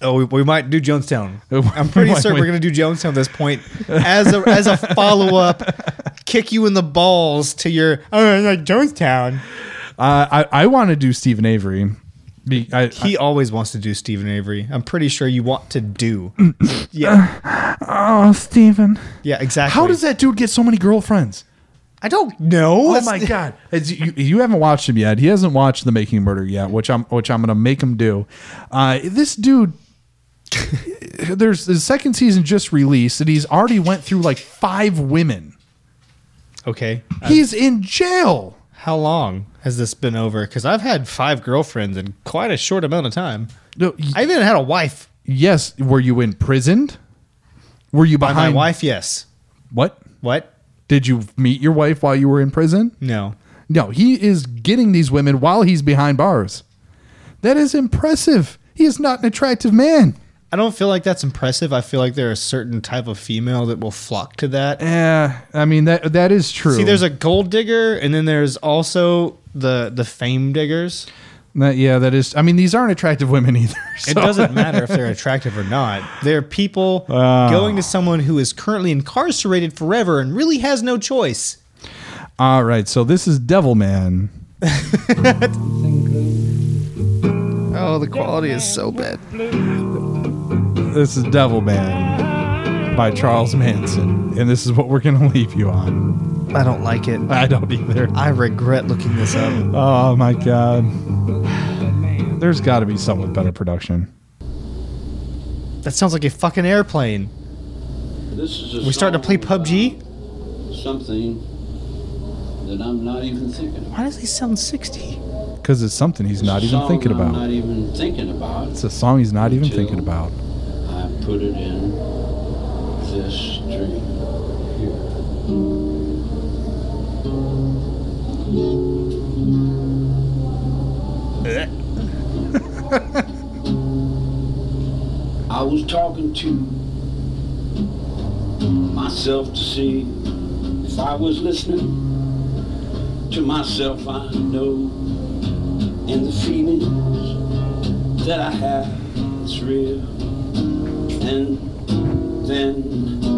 Oh, we, we might do Jonestown. I'm pretty Why certain we- we're gonna do Jonestown at this point as a as a follow up. Kick you in the balls to your oh like Jonestown. Uh, I I want to do Stephen Avery. Be- I, He always wants to do Stephen Avery. I'm pretty sure you want to do. yeah, oh, Stephen. yeah, exactly. How does that dude get so many girlfriends? I don't know. Oh That's- my god! It's- you, you haven't watched him yet. He hasn't watched The Making of Murder yet, which I'm which I'm gonna make him do. Uh, this dude. There's the second season just released, and he's already went through like five women. Okay. He's in jail. How long has this been over? Because I've had five girlfriends in quite a short amount of time. No, y- I even had a wife. yes, were you imprisoned? Were you By my behind wife, yes. What What? did you meet your wife while you were in prison? No. No, he is getting these women while he's behind bars. That is impressive. He is not an attractive man. I don't feel like that's impressive. I feel like there are a certain type of female that will flock to that. Yeah, I mean that that is true. Eh, See, there's a gold digger, and then there's also the the fame diggers. That- yeah, that is. I mean, these aren't attractive women either. It so- doesn't matter if they're attractive or not. They're people Ah. going to someone who is currently incarcerated forever and really has no choice. All right, so this is Devil Man. Oh, the quality is so bad. This is Devil Man by Charles Manson, and this is what we're gonna leave you on. I don't like it. I don't either. I regret looking this up. Oh my god. There's got to be some with better production. That sounds like a fucking airplane. We starting to play PUBG? something that I'm not even thinking about. Why does he sound 60? Because it's something he's not It's a even song thinking I'm about. not even thinking about. It's a song he's not even thinking Until- about. I put it in this dream here. I was talking to myself to see if I was listening to myself. I know, and the feelings that I have is real. And then